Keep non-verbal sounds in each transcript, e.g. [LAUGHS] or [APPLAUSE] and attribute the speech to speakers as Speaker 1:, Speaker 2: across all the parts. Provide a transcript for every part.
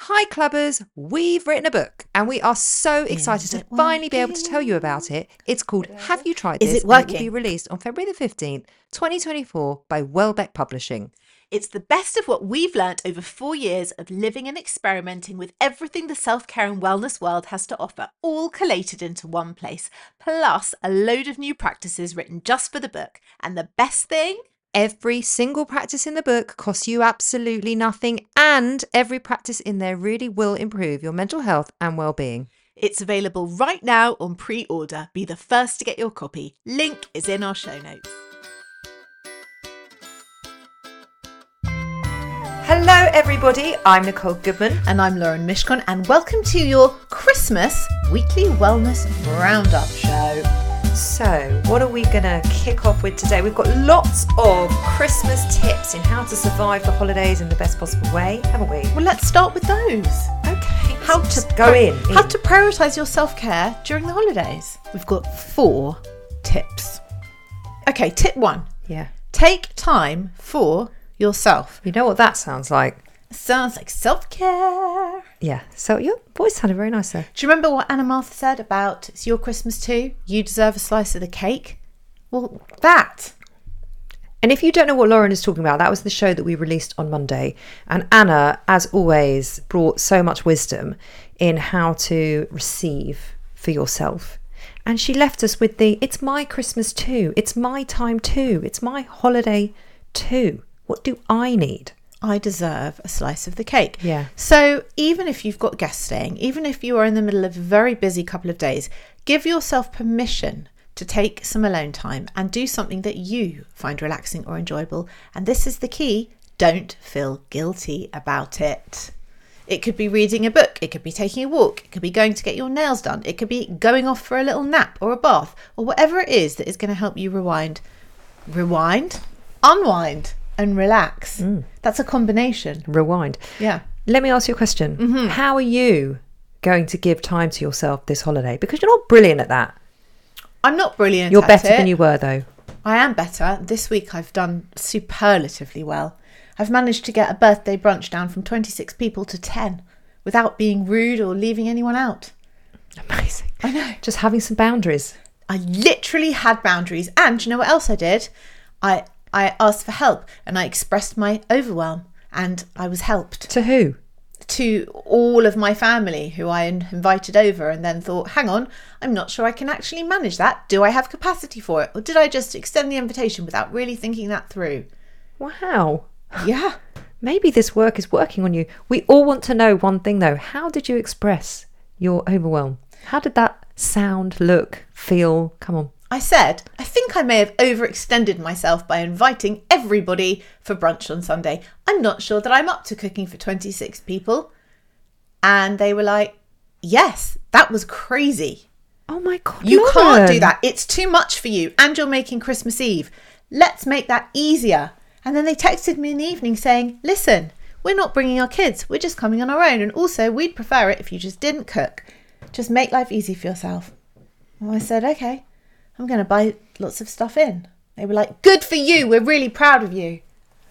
Speaker 1: Hi, clubbers. We've written a book and we are so excited to finally be able to tell you about it. It's called Have You Tried This?
Speaker 2: Is it
Speaker 1: and will
Speaker 2: working?
Speaker 1: be released on February the 15th, 2024 by Welbeck Publishing.
Speaker 2: It's the best of what we've learnt over four years of living and experimenting with everything the self care and wellness world has to offer, all collated into one place, plus a load of new practices written just for the book. And the best thing?
Speaker 1: Every single practice in the book costs you absolutely nothing, and every practice in there really will improve your mental health and well-being.
Speaker 2: It's available right now on pre order. Be the first to get your copy. Link is in our show notes.
Speaker 1: Hello, everybody. I'm Nicole Goodman.
Speaker 2: And I'm Lauren Mishkon, and welcome to your Christmas weekly wellness roundup show.
Speaker 1: So, what are we going to kick off with today? We've got lots of Christmas tips in how to survive the holidays in the best possible way, haven't we?
Speaker 2: Well, let's start with those.
Speaker 1: Okay.
Speaker 2: how to
Speaker 1: just go in.
Speaker 2: how to prioritize your self-care during the holidays we've got four tips okay tip one
Speaker 1: Yeah.
Speaker 2: take time for yourself
Speaker 1: You know what that sounds like?
Speaker 2: sounds like self-care
Speaker 1: Yeah. So your voice sounded very nice there.
Speaker 2: do you remember what anna martha said about it's your christmas too you deserve a slice of the cake well that
Speaker 1: And if you don't know what Lauren is talking about, that was the show that we released on Monday. And Anna, as always, brought so much wisdom in how to receive for yourself. And she left us with the it's my Christmas too. It's my time too. It's my holiday too. What do I need?
Speaker 2: I deserve a slice of the cake.
Speaker 1: Yeah.
Speaker 2: So even if you've got guests staying, even if you are in the middle of a very busy couple of days, give yourself permission to take some alone time and do something that you find relaxing or enjoyable. And this is the key don't feel guilty about it. It could be reading a book, it could be taking a walk, it could be going to get your nails done, it could be going off for a little nap or a bath or whatever it is that is going to help you rewind rewind, unwind, and relax. That's a combination.
Speaker 1: Rewind.
Speaker 2: Yeah. Mm-hmm.
Speaker 1: Let me ask you a question. How are you going to give time to yourself this holiday? Because you're not brilliant at that.
Speaker 2: I'm not brilliant.
Speaker 1: You're
Speaker 2: at
Speaker 1: better
Speaker 2: it.
Speaker 1: than you were, though.
Speaker 2: I am better. This week I've done superlatively well. I've managed to get a birthday brunch down from 26 people to 10 without being rude or leaving anyone out.
Speaker 1: Amazing.
Speaker 2: I know.
Speaker 1: Just having some boundaries.
Speaker 2: I literally had boundaries. And do you know what else I did? I I asked for help and I expressed my overwhelm and I was helped.
Speaker 1: To who?
Speaker 2: to all of my family who I in- invited over and then thought, hang on, I'm not sure I can actually manage that. Do I have capacity for it? Or did I just extend the invitation without really thinking that through?
Speaker 1: Wow.
Speaker 2: Yeah.
Speaker 1: Maybe this work is working on you. We all want to know one thing though. How did you express your overwhelm? How did that sound, look, feel? Come on.
Speaker 2: I said, I think I may have overextended myself by inviting everybody for brunch on Sunday. I'm not sure that I'm up to cooking for 26 people. And they were like, yes, that was crazy.
Speaker 1: Oh my God.
Speaker 2: You can't do
Speaker 1: Lauren.
Speaker 2: that. It's too much for you, and you're making Christmas Eve. Let's make that easier. And then they texted me in the evening saying, Listen, we're not bringing our kids, we're just coming on our own. And also, we'd prefer it if you just didn't cook. Just make life easy for yourself. And I said, Okay, I'm going to buy lots of stuff in. They were like, Good for you, we're really proud of you.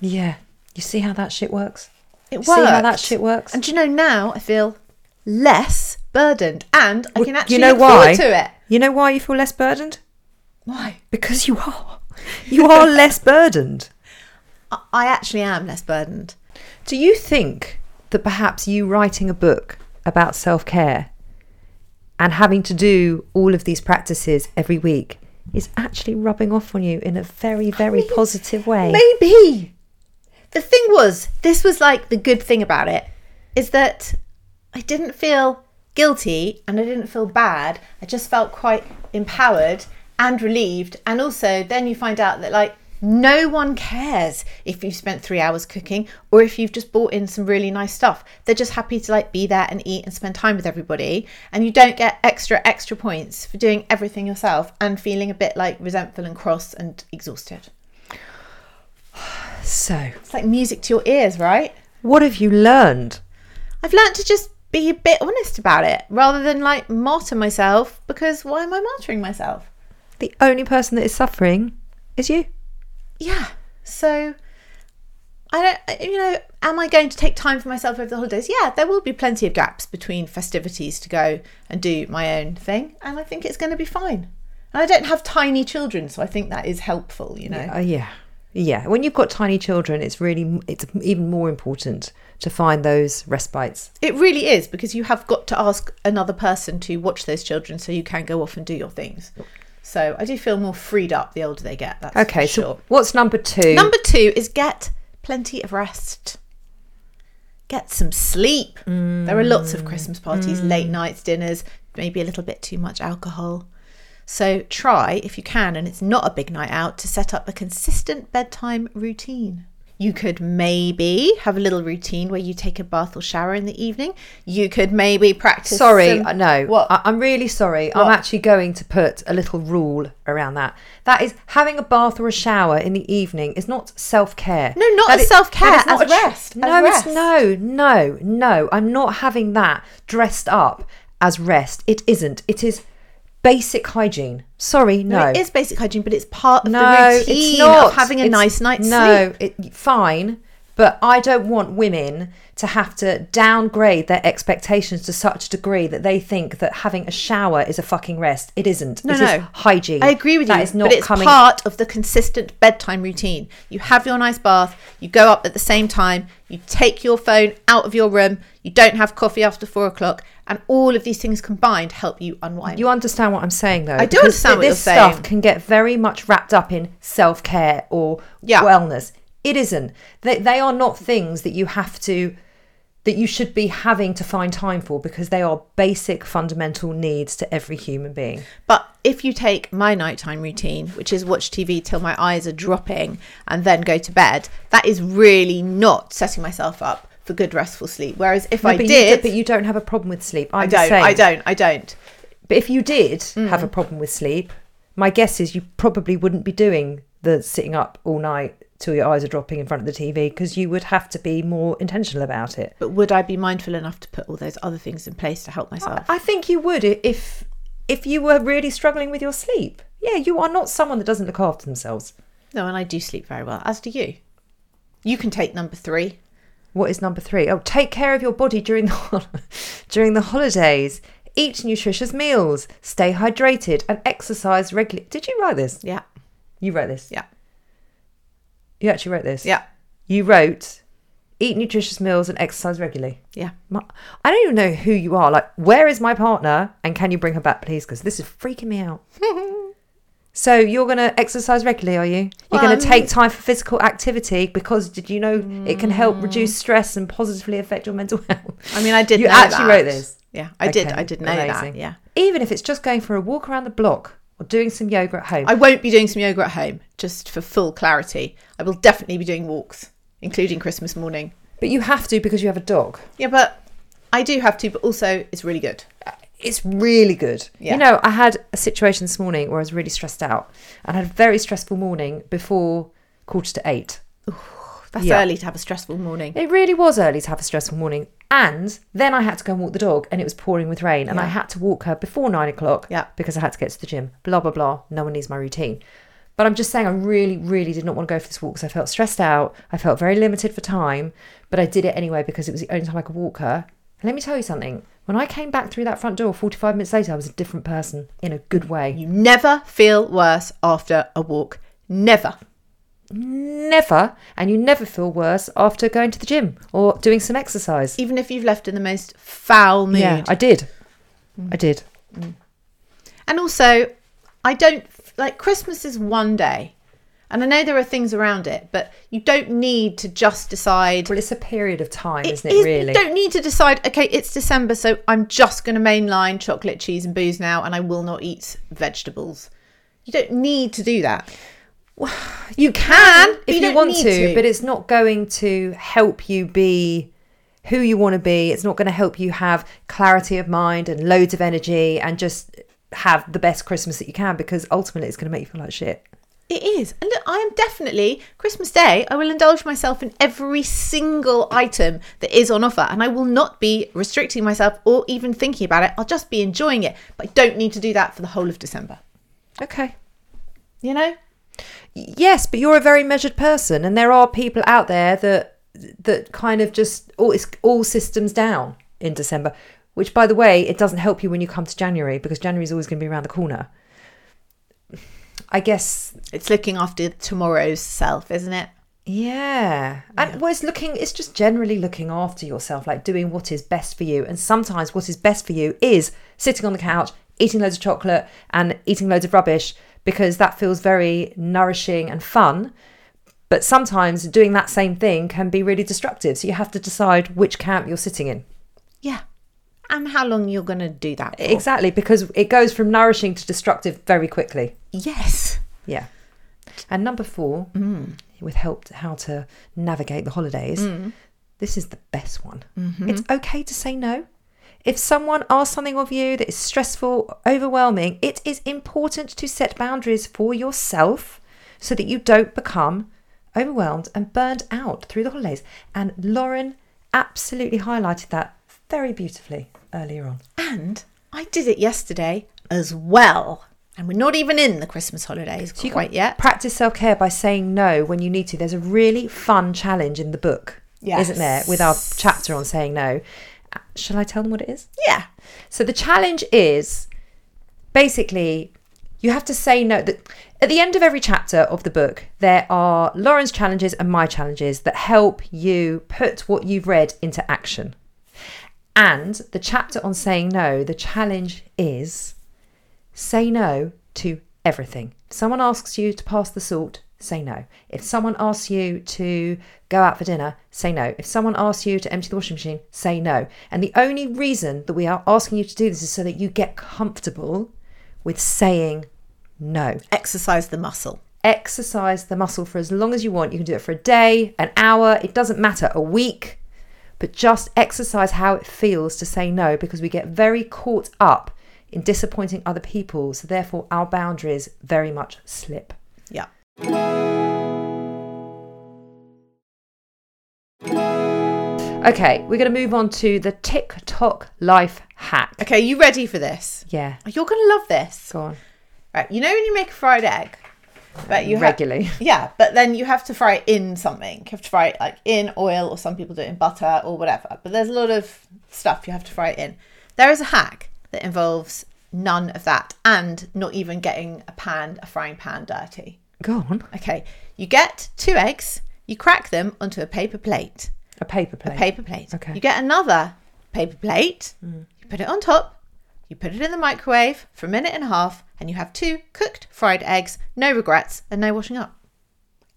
Speaker 1: Yeah. You see how that shit works?
Speaker 2: It works.
Speaker 1: See how that shit works?
Speaker 2: And do you know, now I feel less burdened and I
Speaker 1: Well,
Speaker 2: can
Speaker 1: do
Speaker 2: actually
Speaker 1: you know
Speaker 2: look
Speaker 1: why?
Speaker 2: forward to it.
Speaker 1: You know why you feel less burdened?
Speaker 2: Why?
Speaker 1: Because you are. You are less burdened.
Speaker 2: I- I actually am less burdened.
Speaker 1: Do you think that perhaps you writing a book about self care and having to do all of these practices every week is actually rubbing off on you in a very, very positive way?
Speaker 2: Maybe. The thing was, this was like the good thing about it is that I didn't feel guilty and I didn't feel bad. I just felt quite empowered and relieved. And also, then you find out that, like, No one cares if you've spent three hours cooking or if you've just bought in some really nice stuff. They're just happy to like be there and eat and spend time with everybody. And you don't get extra, extra points for doing everything yourself and feeling a bit like resentful and cross and exhausted.
Speaker 1: So,
Speaker 2: It's like music to your ears, right?
Speaker 1: what have you learned?
Speaker 2: I've learnt to just be a bit honest about it rather than like martyr myself because why am I martyring myself?
Speaker 1: The only person that is suffering is you.
Speaker 2: yeah so i don't I- you know am i going to take time for myself over the holidays yeah there will be plenty of gaps between festivities to go and do my own thing and i think it's going to be fine and i don't have tiny children so i think that is helpful you know
Speaker 1: Uh, yeah. Yeah. When you've got tiny children, it's really, it's even more important to find those respites.
Speaker 2: it really is because you have got to ask another person to watch those children so you can go off and do your things so i do feel more freed up the older they get that's
Speaker 1: Okay.
Speaker 2: okay
Speaker 1: So,
Speaker 2: sure
Speaker 1: what's number two?
Speaker 2: Number two is get plenty of rest. Get some sleep.
Speaker 1: Mm.
Speaker 2: There are lots of Christmas parties, late nights, dinners, maybe a little bit too much alcohol. So try, if you can, and it's not a big night out, to set up a consistent bedtime routine. You could maybe have a little routine where you take a bath or shower in the evening. You could maybe practice.
Speaker 1: sorry,
Speaker 2: some-
Speaker 1: uh, no.
Speaker 2: What?
Speaker 1: I, I'm really sorry. I'm actually going to put a little rule around that. That is having a bath or a shower in the evening is not self care.
Speaker 2: No, not as self-care, as rest, as
Speaker 1: No,
Speaker 2: rest.
Speaker 1: it's no, no, no. I'm not having that dressed up as rest. It isn't. It is basic hygiene. Sorry, no.
Speaker 2: no, it is basic hygiene, but it's part of
Speaker 1: No,
Speaker 2: the routine
Speaker 1: it's not.
Speaker 2: of having a
Speaker 1: It's-
Speaker 2: nice night's sleep.
Speaker 1: no, it, fine, but I don't want women to have to downgrade their expectations to such a degree that they think that having a shower is a fucking rest. It isn't.
Speaker 2: No,
Speaker 1: it
Speaker 2: no.
Speaker 1: is hygiene.
Speaker 2: I agree with you.
Speaker 1: That is not
Speaker 2: but it's
Speaker 1: coming.
Speaker 2: part of the consistent bedtime routine. You have your nice bath, you go up at the same time, you take your phone out of your room, you don't have coffee after four o'clock, and all of these things combined help you unwind.
Speaker 1: you understand what I'm saying, though.
Speaker 2: I do
Speaker 1: because
Speaker 2: understand what
Speaker 1: This
Speaker 2: you're
Speaker 1: stuff
Speaker 2: saying.
Speaker 1: can get very much wrapped up in self care or
Speaker 2: Yeah.
Speaker 1: wellness. It isn't. They, they are not things that you have to, that you should be having to find time for because they are basic fundamental needs to every human being.
Speaker 2: But if you take my nighttime routine, which is watch TV till my eyes are dropping and then go to bed, that is really not setting myself up for good restful sleep. Whereas if
Speaker 1: No,
Speaker 2: I
Speaker 1: but
Speaker 2: did,
Speaker 1: you but you don't have a problem with sleep. I'm
Speaker 2: I don't,
Speaker 1: Saying.
Speaker 2: I don't, I don't.
Speaker 1: But if you did have a problem with sleep, my guess is you probably wouldn't be doing the sitting up all night till your eyes are dropping in front of the TV because you would have to be more intentional about it.
Speaker 2: But would I be mindful enough to put all those other things in place to help myself?
Speaker 1: I think you would i- if if you were really struggling with your sleep. Yeah, you are not someone that doesn't look after themselves.
Speaker 2: No, and I do sleep very well, as do you. You can take number three.
Speaker 1: What is number three? Oh, take care of your body during the hol- [LAUGHS] during the holidays. Eat nutritious meals, stay hydrated, and exercise regularly. Did you write this?
Speaker 2: Yeah,
Speaker 1: You wrote this.
Speaker 2: yeah,
Speaker 1: You actually wrote this.
Speaker 2: yeah,
Speaker 1: You wrote, eat nutritious meals and exercise regularly.
Speaker 2: yeah.
Speaker 1: My- I don't even know who you are. Like, where is my partner? And can you bring her back, please? Because this is freaking me
Speaker 2: [LAUGHS]
Speaker 1: out. so you're going to exercise regularly, are you? You're going
Speaker 2: Um,
Speaker 1: to take time for physical activity because did you know it can help reduce stress and positively affect your mental [LAUGHS] health?
Speaker 2: Mm. I mean, I did.
Speaker 1: You
Speaker 2: know
Speaker 1: actually
Speaker 2: that.
Speaker 1: wrote this.
Speaker 2: Yeah, I did.
Speaker 1: Okay,
Speaker 2: I did know
Speaker 1: amazing.
Speaker 2: that. Yeah,
Speaker 1: Even if it's just going for a walk around the block or doing some yoga at home.
Speaker 2: I won't be doing some yoga at home, just for full clarity. I will definitely be doing walks, including Christmas morning.
Speaker 1: but you have to because you have a dog.
Speaker 2: Yeah, but I do have to. But also, it's really good.
Speaker 1: it's really good.
Speaker 2: Yeah.
Speaker 1: You know, I had a situation this morning where I was really stressed out and I had a very stressful morning before quarter to eight.
Speaker 2: That's
Speaker 1: Yeah.
Speaker 2: early to have a stressful morning.
Speaker 1: It really was early to have a stressful morning. And then I had to go and walk the dog and it was pouring with rain and I had to walk her before nine o'clock
Speaker 2: Yeah.
Speaker 1: because I had to get to the gym. Blah, blah, blah. No one needs my routine. But I'm just saying, I really, really did not want to go for this walk because I felt stressed out. I felt very limited for time, but I did it anyway because it was the only time I could walk her. And let me tell you something when I came back through that front door 45 minutes later, I was a different person in a good way.
Speaker 2: You never feel worse after a walk. Never.
Speaker 1: never, and you never feel worse after going to the gym or doing some exercise.
Speaker 2: Even if you've left in the most foul mood.
Speaker 1: Yeah, I did. I did.
Speaker 2: And also, I don't like Christmas is one day. And I know there are things around it, but you don't need to just decide.
Speaker 1: Well, it's a period of time,
Speaker 2: It
Speaker 1: isn't it?
Speaker 2: is-
Speaker 1: really.
Speaker 2: You don't need to decide, okay, it's December, so I'm just going to mainline chocolate, cheese, and booze now, and I will not eat vegetables. You don't need to do that.
Speaker 1: [SIGHS] You can
Speaker 2: but
Speaker 1: if
Speaker 2: you
Speaker 1: you,
Speaker 2: don't
Speaker 1: want
Speaker 2: need
Speaker 1: to,
Speaker 2: to.
Speaker 1: but it's not going to help you be who you want to be. It's not going to help you have clarity of mind and loads of energy and just have the best Christmas that you can because ultimately it's going to make you feel like shit.
Speaker 2: It is. And look, I am definitely, Christmas Day, I will indulge myself in every single item that is on offer. And I will not be restricting myself or even thinking about it. I'll just be enjoying it. But I don't need to do that for the whole of December.
Speaker 1: Okay.
Speaker 2: You know?
Speaker 1: Yes, but you're a very measured person and there are people out there that that kind of just all it's all systems down in December, which by the way, it doesn't help you when you come to January because January is always going to be around the corner. I guess
Speaker 2: It's looking after tomorrow's self, isn't it?
Speaker 1: Yeah. And well, it's looking, it's just generally looking after yourself, like doing what is best for you. And sometimes what is best for you is sitting on the couch, eating loads of chocolate and eating loads of rubbish because that feels very nourishing and fun. But sometimes doing that same thing can be really destructive. So you have to decide which camp you're sitting in.
Speaker 2: Yeah. And how long you're going to do that? for.
Speaker 1: Exactly, because it goes from nourishing to destructive very quickly.
Speaker 2: Yes.
Speaker 1: Yeah. And number four, with help how to navigate the holidays, this is the best one. It's okay to say no. If someone asks something of you that is stressful, overwhelming, it is important to set boundaries for yourself so that you don't become overwhelmed and burned out through the holidays. And Lauren absolutely highlighted that very beautifully earlier on.
Speaker 2: And I did it yesterday as well. And we're not even in the Christmas holidays
Speaker 1: So you
Speaker 2: quite
Speaker 1: can
Speaker 2: yet.
Speaker 1: practice self care by saying no when you need to. There's a really fun challenge in the book, isn't there, with our chapter on saying no. Uh, Shall I tell them what it is?
Speaker 2: yeah.
Speaker 1: So the challenge is basically you have to say no that at the end of every chapter of the book there are Lauren's challenges and my challenges that help you put what you've read into action. And the chapter on saying no, the challenge is say no to everything. If someone asks you to pass the salt, say no. If someone asks you to go out for dinner, say no. If someone asks you to empty the washing machine, say no. And the only reason that we are asking you to do this is so that you get comfortable with saying no.
Speaker 2: Exercise the muscle.
Speaker 1: Exercise the muscle for as long as you want. You can do it for a day, an hour, it doesn't matter, a week. But just exercise how it feels to say no because we get very caught up in disappointing other people. So, therefore, our boundaries very much slip.
Speaker 2: Yeah.
Speaker 1: Okay, we're going to move on to the TikTok life hack.
Speaker 2: Okay, you ready for this?
Speaker 1: Yeah,
Speaker 2: You're going to love this.
Speaker 1: go on.
Speaker 2: Right, you know when you make a fried egg, but you ha-
Speaker 1: Regularly. [LAUGHS]
Speaker 2: yeah, but then you have to fry it in something. You have to fry it like in oil, or some people do it in butter or whatever. But there's a lot of stuff you have to fry it in. There is a hack that involves none of that, and not even getting a pan, a frying pan, dirty.
Speaker 1: Go on.
Speaker 2: Okay, you get two eggs, you crack them onto a paper plate.
Speaker 1: A paper plate.
Speaker 2: a paper plate.
Speaker 1: Okay. Hmm.
Speaker 2: You get another paper plate, you put it on top, you put it in the microwave for a minute and a half, and you have two cooked fried eggs, no regrets, and no washing up.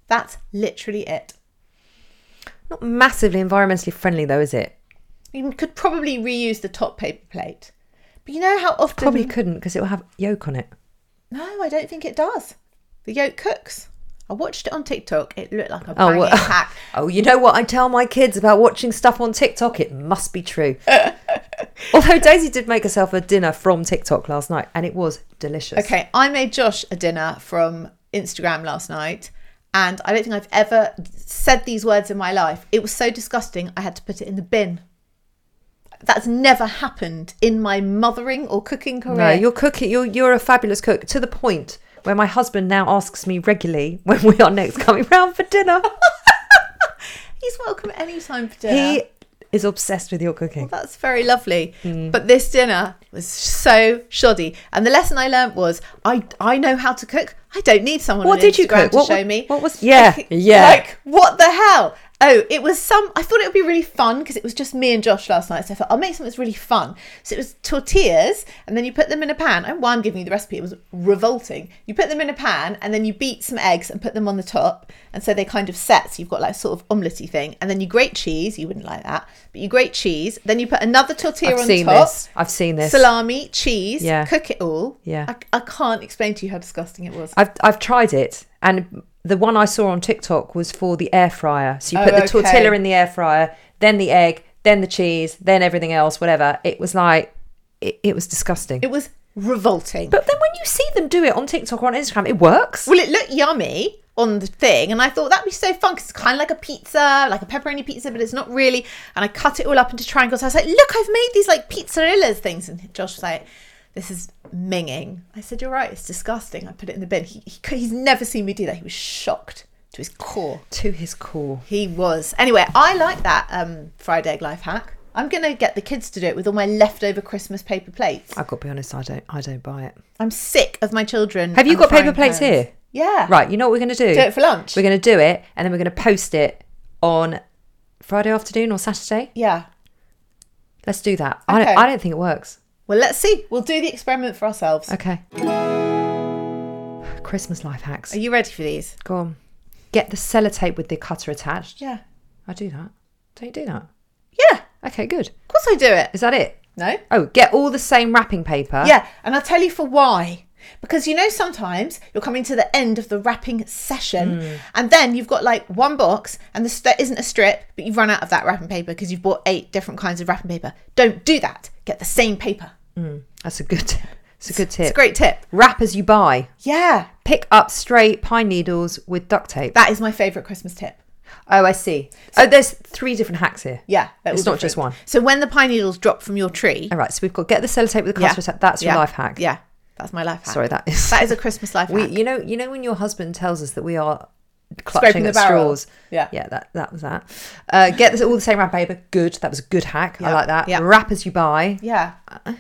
Speaker 2: That's literally it.
Speaker 1: Not massively environmentally friendly, though, is it?
Speaker 2: You could probably reuse the top paper plate. But you know how often.
Speaker 1: Probably couldn't because it will have yolk on it.
Speaker 2: No, I don't think it does. The yolk cooks. I watched it on TikTok. It looked like a
Speaker 1: Oh,
Speaker 2: banging
Speaker 1: well- [LAUGHS]
Speaker 2: hack.
Speaker 1: Oh, you know what I tell my kids about watching stuff on TikTok? It must be true. [LAUGHS] Although Daisy did make herself a dinner from TikTok last night and it was delicious.
Speaker 2: Okay, I made Josh a dinner from Instagram last night, and I don't think I've ever said these words in my life. It was so disgusting, I had to put it in the bin. That's never happened in my mothering or cooking career.
Speaker 1: No, you're cooking. You're you're a fabulous cook to the point where my husband now asks me regularly when we are next coming round for
Speaker 2: [LAUGHS]
Speaker 1: dinner.
Speaker 2: He's welcome at any time for dinner.
Speaker 1: he is obsessed with your cooking.
Speaker 2: That's very lovely.
Speaker 1: Hmm.
Speaker 2: But this dinner was so shoddy. And the lesson I learnt was I I know how to cook. I don't need someone
Speaker 1: What
Speaker 2: on
Speaker 1: did you
Speaker 2: Instagram
Speaker 1: cook?
Speaker 2: to
Speaker 1: What
Speaker 2: show
Speaker 1: wa-
Speaker 2: me.
Speaker 1: what was- Yeah,
Speaker 2: Like-
Speaker 1: yeah.
Speaker 2: Like what the hell? Oh, it was some. I thought it would be really fun because it was just me and Josh last night. So I thought I'll make something that's really fun. So it was tortillas, and then you put them in a pan. And why I'm giving you the recipe, it was revolting. You put them in a pan, and then you beat some eggs and put them on the top, and so they kind of set. So you've got like sort of omelety thing, and then you grate cheese. You wouldn't like that, but you grate cheese. Then you put another tortilla
Speaker 1: I've
Speaker 2: on
Speaker 1: seen
Speaker 2: top.
Speaker 1: this. I've seen this.
Speaker 2: Salami, cheese.
Speaker 1: Yeah.
Speaker 2: Cook it all.
Speaker 1: Yeah.
Speaker 2: I, I can't explain to you how disgusting it was.
Speaker 1: I've I've tried it, and the one I saw on TikTok was for the air fryer. So you put
Speaker 2: Oh,
Speaker 1: the tortilla
Speaker 2: okay.
Speaker 1: in the air fryer, then the egg, then the cheese, then everything else, whatever. It was like it, it was disgusting.
Speaker 2: it was revolting.
Speaker 1: but then when you see them do it on TikTok or on Instagram, it works.
Speaker 2: Well, it looked yummy on the thing, and I thought that'd be so fun 'cause it's kind of like a pizza, like a pepperoni pizza, but it's not really. And I cut it all up into triangles. I was like, "Look, I've made these like pizzarillas things," and Josh was like. This is minging. I said, "You're right. It's disgusting." I put it in the bin. He, he, he's never seen me do that. He was shocked to his core.
Speaker 1: to his core.
Speaker 2: He was. Anyway, I like that um, fried egg life hack. I'm gonna get the kids to do it with all my leftover Christmas paper plates.
Speaker 1: I've got to be honest, I don't I don't buy it.
Speaker 2: I'm sick of my children.
Speaker 1: Have you
Speaker 2: and
Speaker 1: got paper
Speaker 2: frying
Speaker 1: plates
Speaker 2: pans.
Speaker 1: here?
Speaker 2: Yeah.
Speaker 1: Right, you know what we're going to do?
Speaker 2: Do it for lunch.
Speaker 1: We're going to do it, and then we're going to post it on Friday afternoon or Saturday.
Speaker 2: Yeah.
Speaker 1: Let's do that. I,
Speaker 2: Okay.
Speaker 1: don't, I don't think it works.
Speaker 2: Well, let's see. We'll do the experiment for ourselves.
Speaker 1: Okay. [SIGHS] Christmas life hacks.
Speaker 2: Are you ready for these?
Speaker 1: Go on. Get the sellotape with the cutter attached.
Speaker 2: Yeah.
Speaker 1: I do that. Don't you do that?
Speaker 2: Yeah. Of
Speaker 1: Okay, good.
Speaker 2: course I do it.
Speaker 1: Is that it?
Speaker 2: No?
Speaker 1: Oh, get all the same wrapping paper.
Speaker 2: Yeah. And I'll tell you for why. Because you know, sometimes you're coming to the end of the wrapping session,
Speaker 1: Mm.
Speaker 2: and then you've got like one box, and this, there isn't a strip, but you've run out of that wrapping paper because you've bought eight different kinds of wrapping paper. Don't do that. Get the same paper.
Speaker 1: That's a good tip. It's a good tip.
Speaker 2: It's a great tip.
Speaker 1: Wrap as you buy.
Speaker 2: Yeah.
Speaker 1: Pick up straight pine needles with duct tape.
Speaker 2: That is my favorite Christmas tip.
Speaker 1: oh, I see. oh, there's three different hacks here.
Speaker 2: Yeah. that
Speaker 1: It's
Speaker 2: will be
Speaker 1: not just
Speaker 2: great.
Speaker 1: one.
Speaker 2: So when the pine needles drop from your tree,
Speaker 1: All right, so we've got get the sellotape with the cutter attached. That's your
Speaker 2: yeah,
Speaker 1: life hack.
Speaker 2: Yeah. That's my life hack.
Speaker 1: Sorry, that is-
Speaker 2: That is a Christmas life
Speaker 1: We,
Speaker 2: hack.
Speaker 1: you know, you know when your husband tells us that we are clutching
Speaker 2: the
Speaker 1: at
Speaker 2: barrel.
Speaker 1: straws.
Speaker 2: Yeah.
Speaker 1: yeah, that that was that. Uh, get this, all the same wrap paper. Good, that was a good hack. I
Speaker 2: Yeah,
Speaker 1: like that.
Speaker 2: yeah.
Speaker 1: Wrap as you buy.
Speaker 2: Yeah.
Speaker 1: Uh.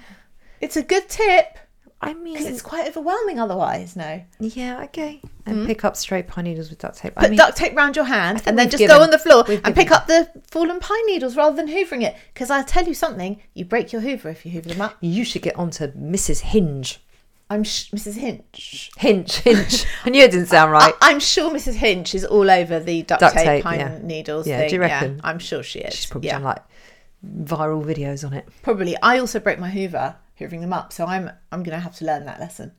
Speaker 2: It's a good tip
Speaker 1: I
Speaker 2: because
Speaker 1: mean,
Speaker 2: it's quite overwhelming otherwise, no?
Speaker 1: yeah, okay. And pick up straight pine needles with duct tape.
Speaker 2: Put
Speaker 1: I mean,
Speaker 2: Hmm? duct tape round your hand and then
Speaker 1: we've
Speaker 2: just
Speaker 1: given-
Speaker 2: go on the floor
Speaker 1: we've
Speaker 2: and pick
Speaker 1: given.
Speaker 2: up the fallen pine needles rather than hoovering it. Because I'll tell you something, you break your hoover if you hoover them up.
Speaker 1: you should get onto Mrs. Hinge.
Speaker 2: I'm sh- Mrs. Hinch.
Speaker 1: Hinge, [LAUGHS] hinge. I knew it didn't
Speaker 2: [LAUGHS]
Speaker 1: sound right.
Speaker 2: I- am sure Mrs. Hinch is all over the duct,
Speaker 1: Duct
Speaker 2: tape,
Speaker 1: tape,
Speaker 2: pine
Speaker 1: yeah.
Speaker 2: needles
Speaker 1: Yeah,
Speaker 2: thing.
Speaker 1: do you reckon?
Speaker 2: Yeah, I'm sure she is.
Speaker 1: She's probably
Speaker 2: yeah.
Speaker 1: done like viral videos on it.
Speaker 2: Probably. I also broke my hoover hoovering them up, so I'm I'm going to have to learn that lesson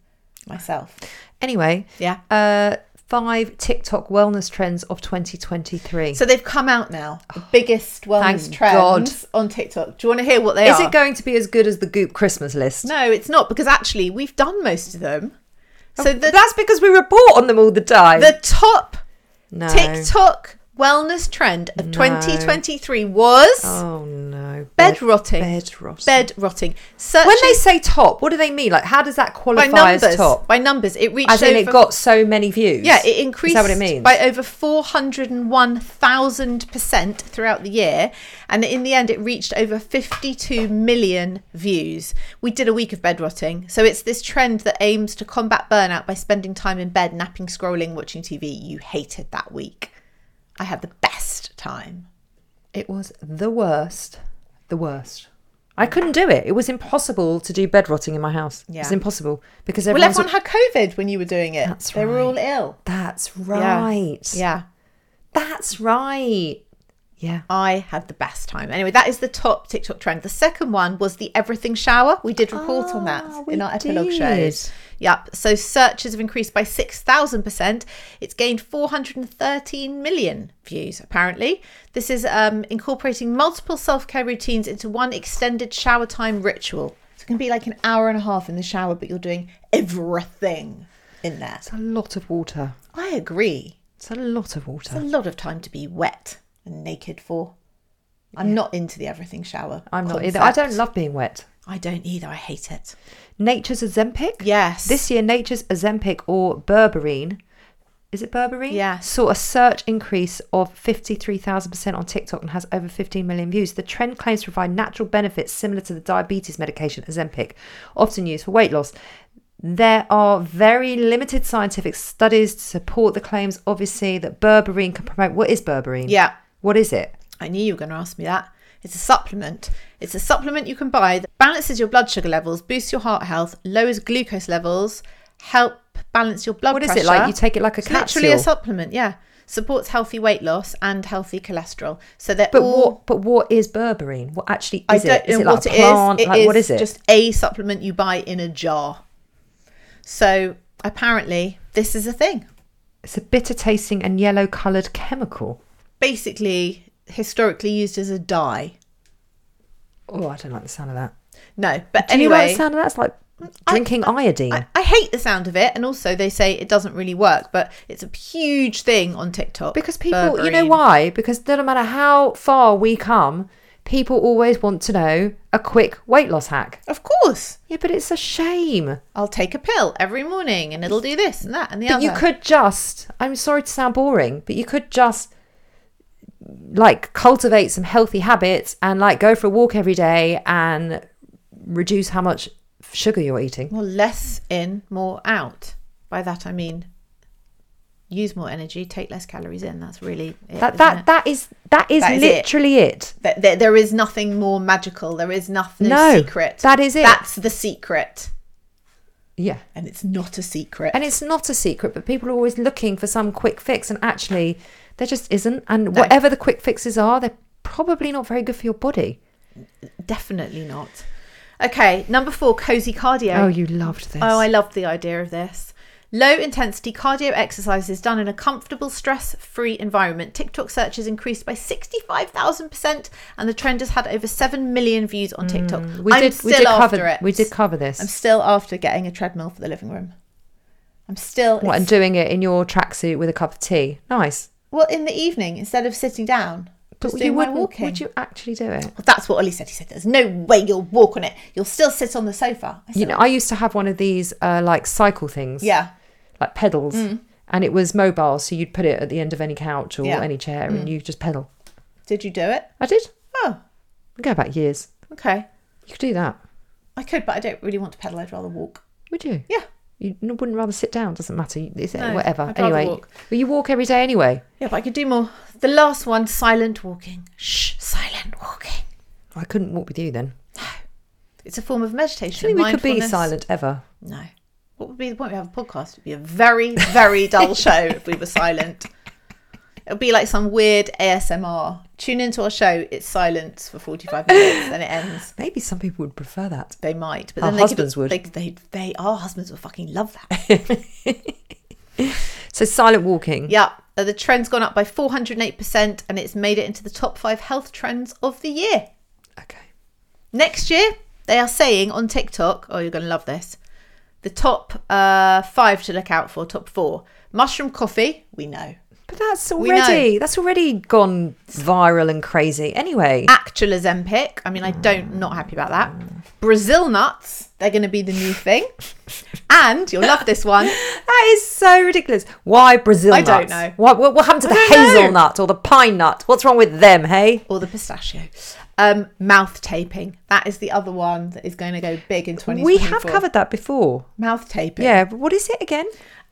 Speaker 2: myself.
Speaker 1: Anyway,
Speaker 2: Yeah.
Speaker 1: Uh, five TikTok wellness trends of 2023.
Speaker 2: So they've come out now. The biggest wellness
Speaker 1: Oh, Thank
Speaker 2: trends on TikTok. Do you want to hear what they
Speaker 1: Is
Speaker 2: are?
Speaker 1: it going to be as good as the Goop Christmas list?
Speaker 2: No, it's not because actually we've done most of them. So the
Speaker 1: Oh, That's because we report on them all the time.
Speaker 2: the top
Speaker 1: no.
Speaker 2: TikTok wellness trend of 2023 was
Speaker 1: Oh no.
Speaker 2: bed, rotting.
Speaker 1: Bed rotting.
Speaker 2: Bed rotting.
Speaker 1: When
Speaker 2: Searches
Speaker 1: they say top, what do they mean? Like, how does that
Speaker 2: by
Speaker 1: qualify
Speaker 2: numbers,
Speaker 1: as top?
Speaker 2: by numbers, it reached
Speaker 1: As in,
Speaker 2: over,
Speaker 1: it got so many views.
Speaker 2: yeah, it increased
Speaker 1: Is that what it means?
Speaker 2: by over 401,000 percent throughout the year, and in the end, it reached over 52 million views. We did a week of bed rotting, so it's this trend that aims to combat burnout by spending time in bed, napping, scrolling, watching TV. You hated that week. I had the best time.
Speaker 1: it was the worst. The worst. I couldn't do it. It was impossible to do bed rotting in my house.
Speaker 2: Yeah.
Speaker 1: It's impossible because
Speaker 2: Well,
Speaker 1: everyone.
Speaker 2: everyone had COVID when you were doing it.
Speaker 1: That's
Speaker 2: they were
Speaker 1: right.
Speaker 2: all ill.
Speaker 1: That's
Speaker 2: Yeah.
Speaker 1: right.
Speaker 2: yeah.
Speaker 1: That's right. Yeah.
Speaker 2: I had the best time. Anyway, that is the top TikTok trend. The second one was the everything shower. We did report on
Speaker 1: Ah,
Speaker 2: that
Speaker 1: we
Speaker 2: in our epilogue
Speaker 1: did.
Speaker 2: shows. Yep. So searches have increased by 6,000%. It's gained 413 million views, apparently. This is um, incorporating multiple self care routines into one extended shower time ritual. So it can be like an hour and a half in the shower, but you're doing everything in there.
Speaker 1: It's a lot of water.
Speaker 2: I agree.
Speaker 1: It's a lot of
Speaker 2: It's
Speaker 1: water.
Speaker 2: a lot of time to be wet and naked for. I'm not into the everything shower.
Speaker 1: I'm not
Speaker 2: concept.
Speaker 1: either. I don't love being wet.
Speaker 2: I don't either. I hate it.
Speaker 1: Nature's Ozempic.
Speaker 2: Yes.
Speaker 1: This year, Nature's Ozempic or Berberine, is it Berberine?
Speaker 2: Yes.
Speaker 1: Saw a search increase of 53,000% on TikTok and has over 15 million views. The trend claims to provide natural benefits similar to the diabetes medication Ozempic, often used for weight loss. There are very limited scientific studies to support the claims, obviously, that berberine can promote. What is berberine?
Speaker 2: Yeah.
Speaker 1: What is it?
Speaker 2: I knew you were going to ask me that. It's a supplement. It's a supplement you can buy that balances your blood sugar levels, boosts your heart health, lowers glucose levels, help balance your blood
Speaker 1: What is
Speaker 2: pressure.
Speaker 1: it like? You take it like a
Speaker 2: It's literally a
Speaker 1: capsule?
Speaker 2: supplement, yeah. Supports healthy weight loss and healthy cholesterol. So they're
Speaker 1: But
Speaker 2: all
Speaker 1: what? But what is berberine? What actually is
Speaker 2: I don't
Speaker 1: it? Is
Speaker 2: know
Speaker 1: it like
Speaker 2: what
Speaker 1: a plant?
Speaker 2: it is. It
Speaker 1: like what is it?
Speaker 2: Just a supplement you buy in a jar. So apparently, this is a thing.
Speaker 1: it's a bitter tasting and yellow coloured chemical.
Speaker 2: Basically, historically used as a dye.
Speaker 1: Oh, I don't like the sound of that.
Speaker 2: No, but
Speaker 1: Do you
Speaker 2: anyway,
Speaker 1: like the sound of that? It's like drinking iodine.
Speaker 2: I, I hate the sound of it, and also they say it doesn't really work, but it's a huge thing on TikTok
Speaker 1: because people, you know
Speaker 2: Berberine.
Speaker 1: why? Because no matter how far we come, people always want to know a quick weight loss hack.
Speaker 2: Of course,
Speaker 1: Yeah, but it's a shame.
Speaker 2: I'll take a pill every morning, and it'll do this and that and the
Speaker 1: But
Speaker 2: other.
Speaker 1: you could just, I'm sorry to sound boring, but you could just like cultivate some healthy habits and like go for a walk every day and reduce how much sugar you're eating.
Speaker 2: Well, less in, more out. By that I mean use more energy, take less calories in. That's really it,
Speaker 1: That
Speaker 2: isn't
Speaker 1: that
Speaker 2: it?
Speaker 1: that is that is,
Speaker 2: That is it.
Speaker 1: literally it.
Speaker 2: Th- there, there is nothing more magical. There is nothing
Speaker 1: No,
Speaker 2: secret.
Speaker 1: that is it.
Speaker 2: That's the secret,
Speaker 1: Yeah.
Speaker 2: and it's not a secret.
Speaker 1: And it's not a secret, but people are always looking for some quick fix and actually there just isn't. And whatever the quick fixes are, they're probably not very good for your body.
Speaker 2: definitely not. Okay, number four, cozy cardio.
Speaker 1: Oh, you loved this.
Speaker 2: Oh, I love the idea of this. Low intensity cardio exercises done in a comfortable, stress free environment. TikTok searches increased by 65,000%, and the trend has had over 7 million views on TikTok.
Speaker 1: Mm, we
Speaker 2: I'm
Speaker 1: did
Speaker 2: still
Speaker 1: we did
Speaker 2: after
Speaker 1: cover
Speaker 2: it.
Speaker 1: we did cover this.
Speaker 2: I'm still after getting a treadmill for the living room. I'm still.
Speaker 1: What, and doing it in your tracksuit with a cup of tea. Nice.
Speaker 2: well, in the evening, instead of sitting down, just doing my
Speaker 1: wouldn't-
Speaker 2: walking.
Speaker 1: Would you actually do it?
Speaker 2: Well, that's what Ollie said. He said, There's no way you'll walk on it. You'll still sit on the sofa. I said,
Speaker 1: You know, I used to have one of these uh, like cycle things,
Speaker 2: Yeah. Mm.
Speaker 1: like pedals, and it was mobile, so you'd put it at the end of any couch or
Speaker 2: Yeah. Mm.
Speaker 1: any chair, and you just pedal.
Speaker 2: Did you do it?
Speaker 1: I did.
Speaker 2: Oh,
Speaker 1: Go back years.
Speaker 2: okay.
Speaker 1: You could do that.
Speaker 2: I could, but I don't really want to pedal. I'd rather walk.
Speaker 1: Would you?
Speaker 2: Yeah.
Speaker 1: You n- wouldn't rather sit down? Doesn't matter. You- Is it
Speaker 2: No,
Speaker 1: whatever?
Speaker 2: I'd rather
Speaker 1: anyway,
Speaker 2: walk.
Speaker 1: well, you walk every day anyway.
Speaker 2: Yeah, but I could do more. The last one, silent walking. Shh, silent walking.
Speaker 1: I couldn't walk with you then.
Speaker 2: It's a form of meditation.
Speaker 1: Surely we could be
Speaker 2: mindfulness.
Speaker 1: silent ever.
Speaker 2: No. What would be the point? We have a podcast. It'd be a very, very
Speaker 1: [LAUGHS]
Speaker 2: dull show if we were silent. It would be like some weird ASMR. Tune into our show. It's silence for forty-five minutes, then it ends.
Speaker 1: Maybe some people would prefer that.
Speaker 2: They might, but
Speaker 1: Our
Speaker 2: then they could-
Speaker 1: husbands would.
Speaker 2: They, they, they, our husbands would fucking love that.
Speaker 1: So silent walking.
Speaker 2: Yeah, uh, the trend's gone up by 408% and it's made it into the top five health trends of the year.
Speaker 1: Okay.
Speaker 2: Next year, they are saying on TikTok, oh, you're going to love this, the top uh, five to look out for, top four. Mushroom coffee, we know.
Speaker 1: But that's
Speaker 2: know.
Speaker 1: already that's already gone viral and crazy. Anyway,
Speaker 2: Actual Ozempic, I mean, I don't, not happy about that. Brazil nuts, they're going to be the new thing. And you'll love this one.
Speaker 1: that is so ridiculous. Why Brazil?
Speaker 2: I
Speaker 1: nuts?
Speaker 2: don't know.
Speaker 1: Why, what, what happened to the
Speaker 2: don't know.
Speaker 1: hazelnut or the pine nut? What's wrong with them? Hey,
Speaker 2: Or the pistachio. Um, mouth taping. That is the other one that is going to go big in 2024.
Speaker 1: we have covered that before.
Speaker 2: mouth taping.
Speaker 1: Yeah, but what is it again?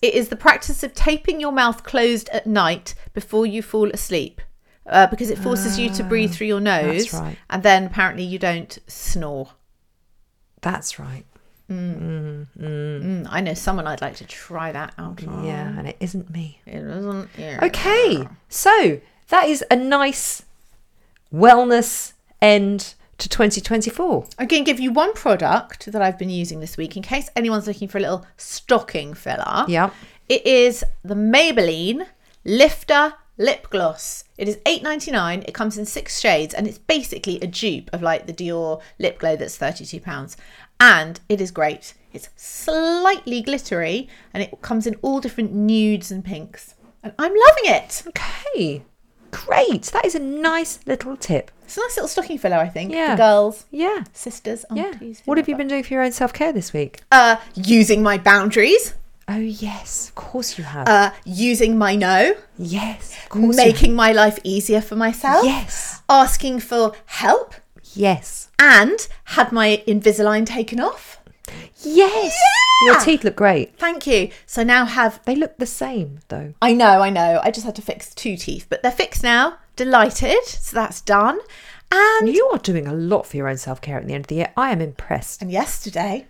Speaker 2: It is the practice of taping your mouth closed at night before you fall asleep. Uh, because it forces you to breathe through your nose,
Speaker 1: Ah, right.
Speaker 2: and then apparently you don't snore.
Speaker 1: That's right.
Speaker 2: Mm, I know someone I'd like to try that out. on.
Speaker 1: Yeah, and it isn't me.
Speaker 2: It doesn't. Yeah.
Speaker 1: Okay, so that is a nice wellness end to 2024.
Speaker 2: I'm going to give you one product that I've been using this week in case anyone's looking for a little stocking filler.
Speaker 1: Yep.
Speaker 2: It is the Maybelline Lifter Lip Gloss. It is $8.99. It comes in six shades and it's basically a dupe of like the Dior Lip Glow that's £32. And it is great. It's slightly glittery and it comes in all different nudes and pinks. And I'm loving it.
Speaker 1: Okay, great. That is a nice little tip.
Speaker 2: It's a nice little stocking filler, I think.
Speaker 1: Yeah.
Speaker 2: For girls,
Speaker 1: Yeah.
Speaker 2: sisters,
Speaker 1: Yeah.
Speaker 2: aunties.
Speaker 1: What have you been doing for your own self care this week?
Speaker 2: Uh, using my boundaries.
Speaker 1: Oh yes, of course you have.
Speaker 2: uh, using my no,
Speaker 1: yes, of course you
Speaker 2: making my life easier for myself,
Speaker 1: have. yes,
Speaker 2: asking for help,
Speaker 1: yes,
Speaker 2: and had my Invisalign taken off.
Speaker 1: yes. Your teeth look great.
Speaker 2: Thank you. So now have
Speaker 1: They look the same though.
Speaker 2: I know, I know. I just had to fix two teeth, but they're fixed now. Delighted. So that's done. And
Speaker 1: You are doing a lot for your own self care at the end of the year. I am impressed.
Speaker 2: And yesterday,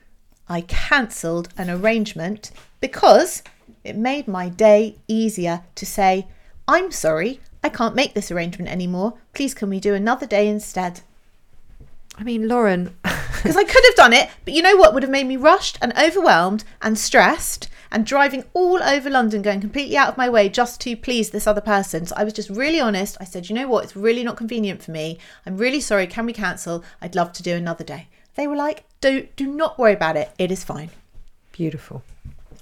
Speaker 2: I cancelled an arrangement because it made my day easier to say, I'm sorry, I can't make this arrangement anymore. Please, can we do another day instead?
Speaker 1: I mean, Lauren, [LAUGHS]
Speaker 2: Because I could have done it, but you know what would have made me rushed and overwhelmed and stressed and driving all over London, going completely out of my way just to please this other person. So I was just really honest. I said, you know what, it's really not convenient for me. I'm really sorry. Can we cancel? I'd love to do another day. They were like, do, do not worry about it. It is fine.
Speaker 1: beautiful.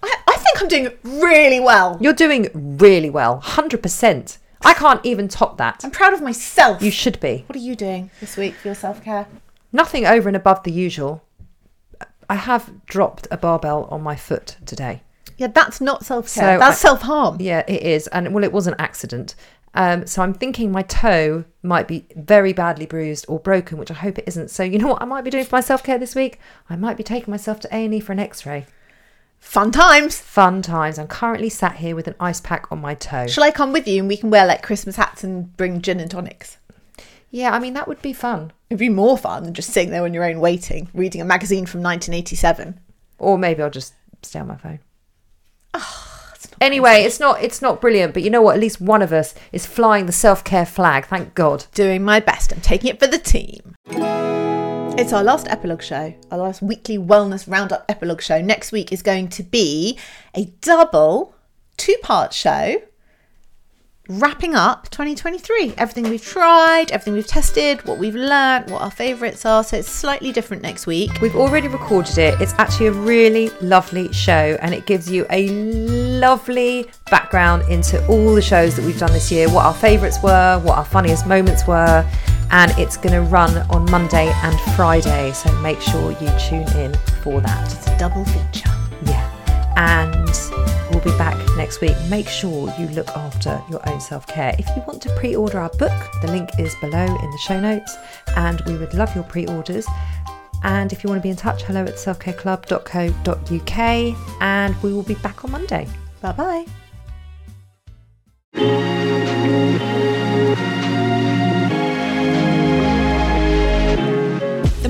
Speaker 2: I, I think I'm doing really well.
Speaker 1: You're doing really well, 100%. I can't even top that.
Speaker 2: I'm proud of myself.
Speaker 1: You should be.
Speaker 2: What are you doing this week for your self care?
Speaker 1: Nothing over and above the usual. I have dropped a barbell on my foot today.
Speaker 2: Yeah, that's not self care.
Speaker 1: So
Speaker 2: that's
Speaker 1: I-
Speaker 2: self harm.
Speaker 1: Yeah, it is. And well, it was an accident. Um, so I'm thinking my toe might be very badly bruised or broken, which I hope it isn't. So you know what I might be doing for my self care this week? I might be taking myself to A and E for an X-ray.
Speaker 2: Fun times.
Speaker 1: Fun times. I'm currently sat here with an ice pack on my toe.
Speaker 2: Shall I come with you and we can wear like Christmas hats and bring gin and tonics?
Speaker 1: Yeah, I mean that would be fun.
Speaker 2: It'd be more fun than just sitting there on your own waiting, reading a magazine from 1987.
Speaker 1: Or maybe I'll just stay on my phone. anyway, Ah, it's not it's not brilliant, but you know what? At least one of us is flying the self care flag. Thank God.
Speaker 2: Doing my best. I'm taking it for the team. It's our last epilogue show, our last weekly wellness roundup epilogue show. Next week is going to be a double two part show wrapping up 2023. Everything we've tried, everything we've tested, what we've learned, what our favourites are. So it's slightly different next week.
Speaker 1: We've already recorded it. It's actually a really lovely show and it gives you a lovely background into all the shows that we've done this year, what our favourites were, what our funniest moments were, and it's going to run on Monday and Friday. So make sure you tune in for that.
Speaker 2: It's a double feature.
Speaker 1: Yeah. And we'll be back next week. Make sure you look after your own self care. If you want to pre order our book, the link is below in the show notes. And we would love your pre orders. And if you want to be in touch, hello at selfcareclub.co.uk. And we will be back on Monday.
Speaker 2: Bye bye.
Speaker 3: The